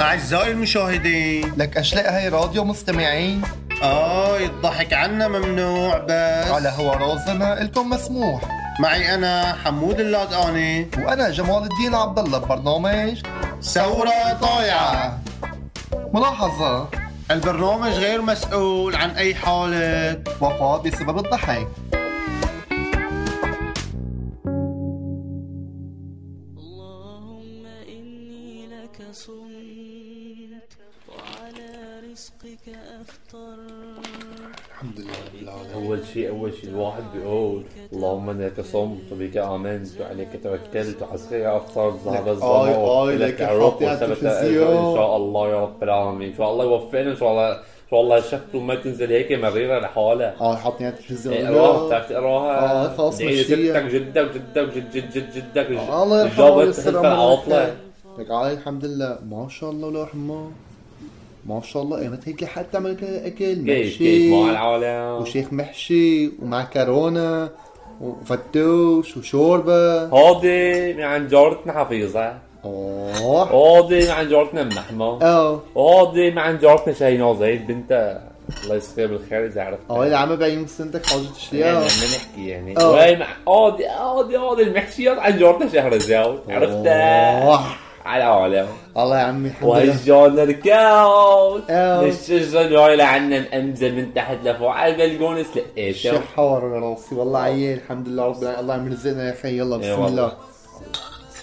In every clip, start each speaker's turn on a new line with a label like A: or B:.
A: أعزائي المشاهدين
B: لك أشلاء هاي راديو مستمعين
A: آه الضحك عنا ممنوع بس
B: على هوا رازنا إلكم مسموح
A: معي أنا حمود اللادقاني
B: وأنا جمال الدين عبد الله ببرنامج
A: ثورة طايعة
B: ملاحظة
A: البرنامج غير مسؤول عن أي حالة
B: وفاة بسبب الضحك
C: اللهم إني لك صمت وعلى رزقك أفطرت
D: أول شيء أول شيء الواحد بيقول اللهم أنا لك صمت وبك آمنت وعليك توكلت وحسبي أفطرت ذهب الظلام
B: آي آي، لك
D: لك
B: حطي
D: الرب
B: على
D: وثبت
B: التلفزيون.
D: الأجر إن شاء الله يا رب العالمين إن شاء الله يوفقنا إن شاء الله إن شاء الله شفته ما تنزل هيك مريرة لحالها
B: اه حطني على التلفزيون
D: اقراها بتعرف تقراها
B: آه، خلاص
D: دعي
B: مشيها. آه،
D: لستك جدك جدك جد جد جد جدك
B: الله يرحمه
D: جابت
B: ويسر
D: تحلف
B: أمره
D: العاطلة
B: ويحفظه. لك عاي الحمد لله ما شاء الله ولا رحمه ما شاء الله قامت هيك لحد تعمل لك اكل
D: كيف
B: محشي
D: كيف مع العالم
B: وشيخ محشي ومعكرونه وفتوش وشوربه
D: هادي من عند جارتنا حفيظة
B: اوه
D: هادي من عند جارتنا منحمة
B: اه
D: اقعدي مع عند جارتنا شاهينة زيد بنتها الله يسخيها بالخير اذا عرفتها
B: اه اللي عم بعين سنتك حاجه
D: يعني
B: تشتريها
D: لما نحكي يعني
B: أوه.
D: وهي مع اقعدي اقعدي اقعدي المحشيات عند جارتنا شهرزاوي عرفتها
B: أوه.
D: على العالم
B: الله يا عمي الحمد لله
D: وهجانا الكاوت
B: أوه.
D: الشجرة اللي هاي لعنا مأمزة من تحت لفوق على البلكونس لقيتها
B: الشح حور ورا راسي والله عيال الحمد لله رب العالمين الله عم يرزقنا يا اخي يلا
D: إيه
B: بسم
D: والله.
B: الله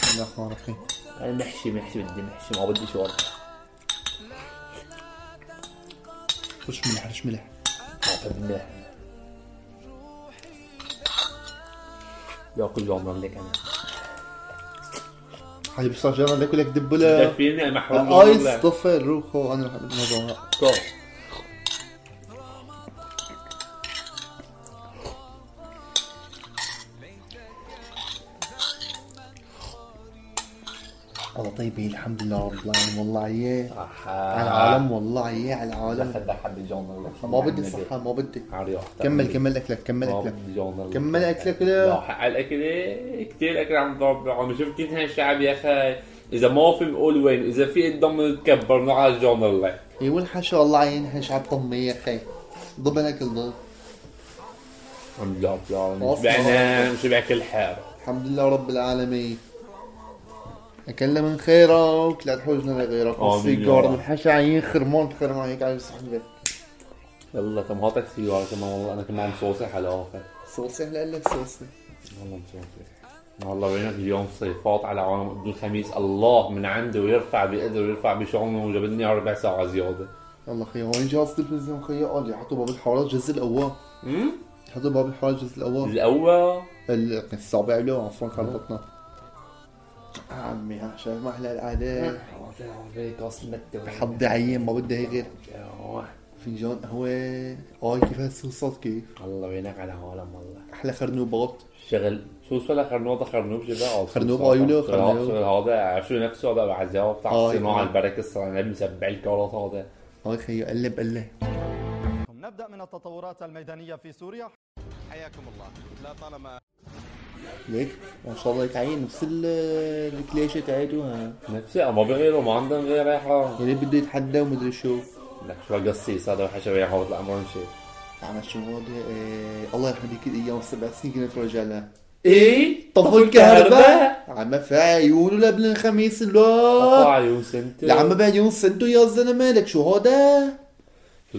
B: بسم الله الرحمن الرحيم
D: محشي محشي بدي محشي ما بدي شوربة
B: رش ملح رش ملح
D: ما بحب الملح ياكل جامعة لك انا
B: هاي بس جرب لك لك
D: بدك
B: دبله
D: فيني محروم
B: ايس طفل روحو انا رح الموضوع
D: طب.
B: والله طيبين الحمد لله رب العالمين والله عيال على
D: العالم
B: العالم والله عيال على العالم
D: خدك حد جون يعني
B: ما بدي صحة ما بدي
D: عرياح
B: كمل كمل اكلك كمل اكلك كمل أكلك لا.
D: لا حق الاكل إيه، كتير اكل عم ضرب عم شوف كيف نحن الشعب يا اخي اذا ما في بنقول وين اذا في قدام نتكبر نقعد جون الله
B: اي والحشا والله عين حش على الطمي يا اخي ضبنك الضب
D: عم ضرب لا
B: أصلاً.
D: شبعنا شبع كل حار
B: الحمد لله رب العالمين اكلنا من خيرك لا تحوجنا لغيرك
D: آمين
B: والسيجار
D: يا رب.
B: من حشا عين خرمان خرمان هيك على صحبك
D: يلا تم هاتك سيجارة كمان والله انا كمان مصوصح على الاخر
B: صوصي هلا لك صوصي
D: والله مصوصح والله وينك اليوم صيفات على عالم ابن الخميس الله من عنده ويرفع بقدره ويرفع بشغله وجاب لنا ربع ساعة زيادة
B: يلا خيو وين جهاز التلفزيون خيو قال لي آه، حطوا باب الحوارات جزء الاول
D: امم
B: حطوا باب الحوارات الجزء الاول
D: الاول
B: ال- الصابع له عفوا خربطنا عمي ها شايف ما احلى القعده حضي عين ما بدي هي غير فنجان قهوه اي آه، كيف هالصوصات كيف
D: الله وينك على عالم والله
B: احلى خرنوبات
D: شغل شو اسمه خرنوب خرنوب شباب
B: خرنوب عيونه، خرنوب.
D: خرنوب شغل هذا عرفت شو نفسه هذا بعزاوه بتاع
B: آه،
D: الصناعه
B: آه.
D: البركه الصناعيه مسبع الكرات هذا
B: هاي خيو قلب قلب
E: نبدأ من التطورات الميدانية في سوريا حياكم الله لا طالما
B: ليك ما شاء الله لك عين نفس ال- الكليشه تاعته ها
D: نفسه ما بغيره ما عندهم غير يا حرام
B: يعني بده يتحدى ومدري شو طيب،
D: لك شو قصيص هذا وحش يا حوض الامر مشي
B: عم شو هذا إيه الله يرحم لك الايام سبع سنين كنا نتفرج عليها
D: ايه
B: طفوا الكهرباء عم في عيونه لابن الخميس
D: طفوا
B: لا
D: عيون سنتي
B: لعم بعد يوم سنتو يا زلمه لك شو هذا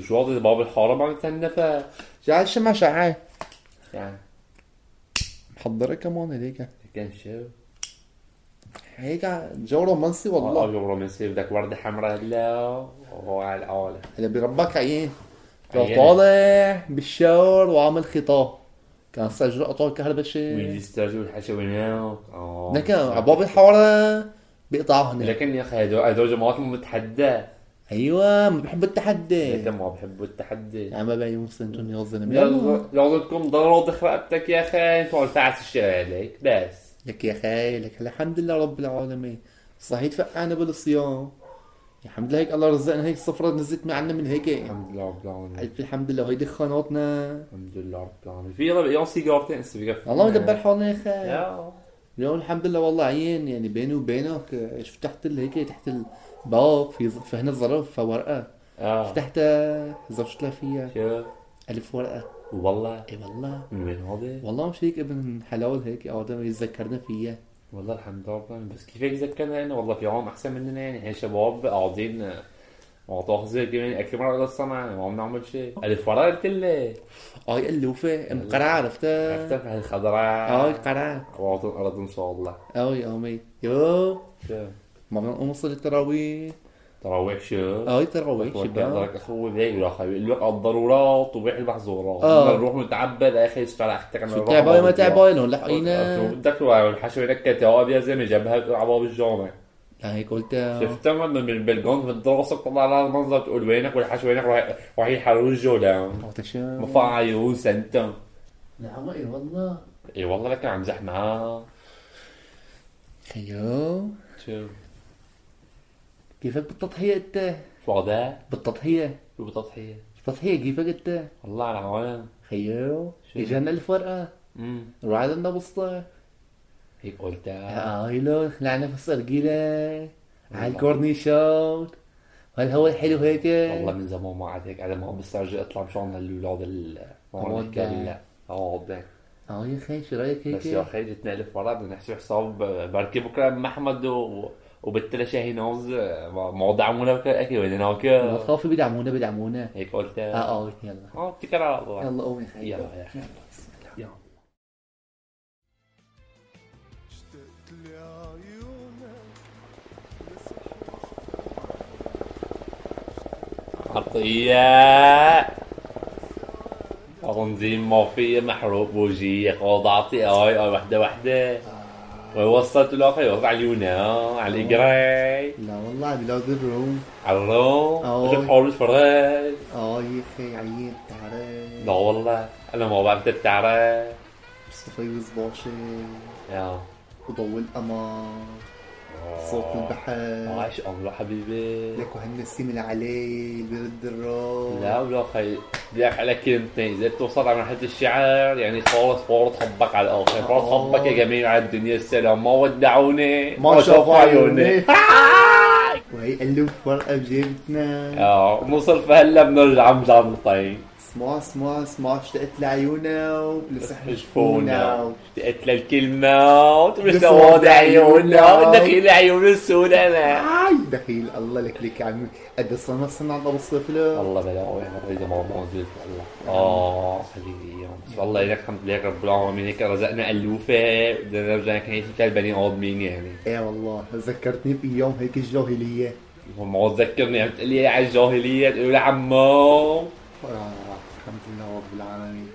D: شو هذا باب الحرام عم يتهنفها
B: شعاع الشمع شعاع
D: يعني
B: محضره كمان هيك
D: كان شو
B: هيك جو رومانسي والله
D: والله رومانسي بدك ورده حمراء هلا وعلى العالم
B: هلا بربك عيين لو
D: عيان.
B: إيه؟ طالع بالشاور وعامل خطاه كان سجل قطع الكهرباء
D: إيه.
B: شيء
D: ويسترجوا الحشوينات اه
B: لكن عباب الحوارة بيقطعوا هناك
D: لكن يا اخي هدول هدول جماعات متحدى
B: ايوه ما بحب التحدي
D: انت ما بحبوا التحدي
B: يا عم بقى يوم سنتون يا زلمه يلا
D: لو- لو بدكم ضرورة رقبتك يا اخي انتوا عم تعس الشارع عليك بس
B: لك يا خي لك هلا الحمد لله رب العالمين صحيت فقعنا بالصيام يا الحمد لله هيك الله رزقنا هيك الصفرة نزلت معنا من هيك
D: الحمد لله رب العالمين
B: الف الحمد لله هيدي خاناتنا
D: الحمد لله رب العالمين في ربع يوم سيجارتين سيجارتين
B: الله مدبر حالنا يا خي
D: يا
B: اليوم الحمد لله والله عين يعني بيني وبينك آه، شفت تحت ال- هيك تحت الباب في ز- فهنا الظرف ورقة
D: اه
B: فتحتها زوجت لها فيها
D: كيف
B: ألف ورقة
D: والله
B: اي والله
D: من وين هذا؟
B: والله مش هيك ابن حلال هيك آدم يتذكرنا فيها
D: والله الحمد لله بس كيف هيك ذكرنا يعني والله في عالم احسن مننا يعني احنا شباب قاعدين آه، متواخذين كمان اكل مره قصه معنا ما عم نعمل شيء الف ورقه كلها
B: اي ألوفة ام قرعة عرفتها
D: عرفتها بهالخضراء
B: اي قرعة
D: وعطوا الارض ان شاء الله
B: اي امي يو
D: شو
B: ما بدنا نقوم نصلي التراويح
D: تراويح شو؟
B: اي تراويح شباب
D: وتقدرك اخوي بهيك راح يقول لك الضرورات وبيح المحظورات
B: آه.
D: بدنا نروح نتعبى لاخي يشتغل احتك
B: شو تعبانة ما تعبانة هون لحقينا
D: بدك تروح الحشو هناك تواب يا زلمه جابها عباب الجامع
B: لا هيك قلتها
D: شفتها من من بالجون بتدرسك تطلع لها المنظر تقول وينك والحشو وينك راح راح يحروا الجولة
B: اختشام
D: مفع عيوس انت
B: نعم اي والله
D: اي والله لك عم زح معاه
B: خيو
D: شو
B: كيفك بالتضحية انت
D: شو عداء
B: بالتضحية
D: شو بتضحية
B: التضحية كيفك انت
D: والله على العوام
B: خيو
D: شو؟
B: اجانا ألف ورقة
D: امم
B: روح على النبسطة
D: هيك
B: آه.
D: قلتها
B: ايلو لعنا في السرقيلة على الكورنيشات وهالهوا الحلو هيك
D: والله من زمان ما عاد هيك انا ما عم بسترجع اطلع مشان هالولاد ال
B: والله.
D: هون هلا هون
B: اه يا اخي شو رايك
D: بس يا
B: هيك؟
D: اخي جتنا الف مره بدنا نحسب حساب بركي بكره ام احمد و... وبالتلا شاهي نوز موضع عمونا بكره اكل وين
B: ما
D: ناكل
B: تخافوا بيدعمونا بيدعمونا
D: هيك قلت
B: اه اه يلا
D: اه بتكرر الله
B: يلا قوم يا خيو
D: يلا يا اخي يلا
E: اشتقت لعيونك
D: عطية تنظيم مافية محروق بوجيه خاض عطية هاي هاي وحدة وحدة ووصلت الاخر وضع اليونا على الاجراي
B: لا والله بلاد الروم
D: على الروم
B: أوه.
D: شفت حول الفراش
B: اه يا اخي عيين تعرف
D: لا والله انا ما بعرف التعرف
B: صفيوز باشا
D: يا
B: وضوء القمر
D: آه.
B: صوت البحر
D: عاش الله حبيبي
B: لك وهن السيم العليل برد الروح
D: لا ولا خي بدك على كلمتين اذا توصل على مرحله الشعر يعني خلص فور حبك على الاخر فور
B: آه.
D: حبك يا جميل على الدنيا السلام ما ودعوني
B: ما شاف عيوني
D: عيوني.
B: وهي ألف ورقة بجيبتنا
D: اه نوصل فهلا بنرجع طيب. مجنطين
B: اسمع اسمع اسمع اشتقت لعيونا وبلسح
D: شفونا
B: جفونا
D: اشتقت للكلمة وتمشى
B: نعم. بس
D: واضع
B: عيونا.
D: عيوننا دخيل عيون السود انا
B: عاي دخيل الله لك لك عمي قد الصنع صنع الله بالصيف له
D: والله بلا قوي انا بريد ما ما نزلت والله اه حبيبي يا مصر. والله لك الحمد لله رب العالمين هيك رزقنا الوفه بدنا نرجع هيك مثل بني ادمين يعني
B: ايه والله ذكرتني بأيام هيك الجاهلية
D: ما تذكرني عم تقول يعني لي إيه على الجاهليه تقول لي عمو
B: آه، الحمد لله رب العالمين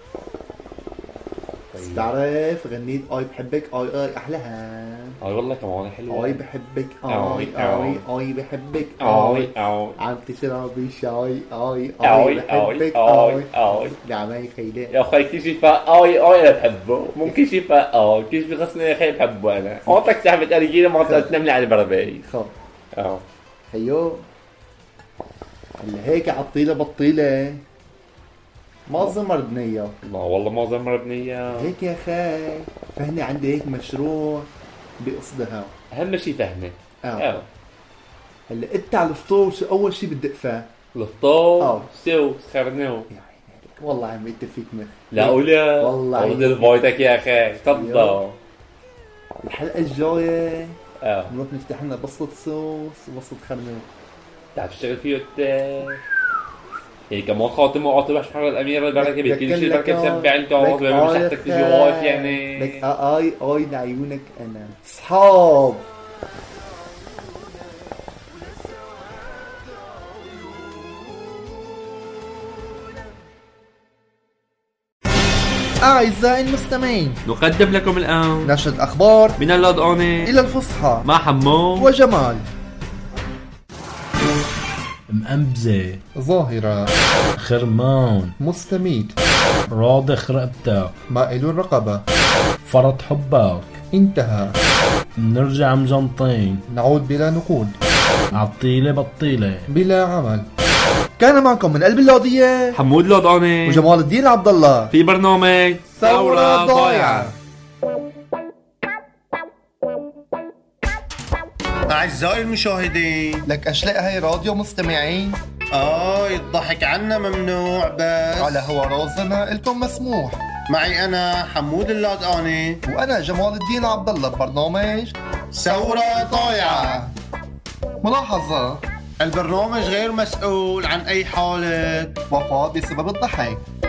B: بس بتعرف غنيت اي بحبك اي اي احلها
D: اي والله كمان حلوه
B: اي بحبك
D: أوي،
B: اي اي اي بحبك
D: اي
B: اي
D: اي
B: عم تشربي شاي اي اي
D: اي اي
B: بحبك
D: اي
B: اي
D: اي
B: نعمي خيلة
D: يا اخي كل شيء فا اي اي انا بحبه ممكن شيء فا اي كل شيء آه، بخصني يا اخي بحبه انا اعطيك سحبه ارجيله ما تنملي على البربي
B: خب
D: اه
B: هيو اللي هيك عطيلة بطيلة ما زمر بنية
D: ما والله ما آه، زمر بنيه
B: هيك يا خي فهني عندي هيك مشروع بقصدها
D: اهم شيء فهمه
B: اه
D: اه
B: هلا انت على الفطور شو اول شي بدق فيه
D: الفطور
B: آه.
D: سو سخرنو
B: يا عيني عليك. والله عم انت فيك مثل
D: لا ولا
B: إيه. والله
D: طرد
B: عيني.
D: البيتك يا اخي تفضل
B: يلا. الحلقه الجايه
D: اه
B: بنروح نفتح لنا بصلة صوص وبصلة خرنوب
D: بتعرف تشتغل فيه انت آه، يعني كمان خاتم وعاطي وحش حر الاميره البركه بكل شيء البركه مسبع انت وعاطي مش تحتك تجي واقف يعني
B: آية، لك آه اي اي لعيونك انا صحاب أعزائي المستمعين
D: نقدم لكم الان
B: نشرة أخبار
D: من اللود اوني
B: إلى الفصحى
D: مع حمو
B: وجمال
F: مأمزة
B: ظاهرة
F: خرمان
B: مستميت
F: راضخ رقبتك
B: مائل الرقبة
F: فرط حبك
B: انتهى
F: نرجع مجنطين
B: نعود بلا نقود
F: عطيلة بطيلة
B: بلا عمل كان معكم من قلب اللوضية
D: حمود لود اوني
B: وجمال الدين عبد الله
D: في برنامج
B: ثورة ضايعة
A: أعزائي المشاهدين
G: لك أشلاء هاي راديو مستمعين
A: آه الضحك عنا ممنوع بس
G: على هوا رازنا إلكم مسموح
A: معي أنا حمود اللادقاني
G: وأنا جمال الدين عبد الله ببرنامج
A: ثورة طايعة
G: آه، ملاحظة
A: البرنامج غير مسؤول عن أي حالة
G: وفاة بسبب الضحك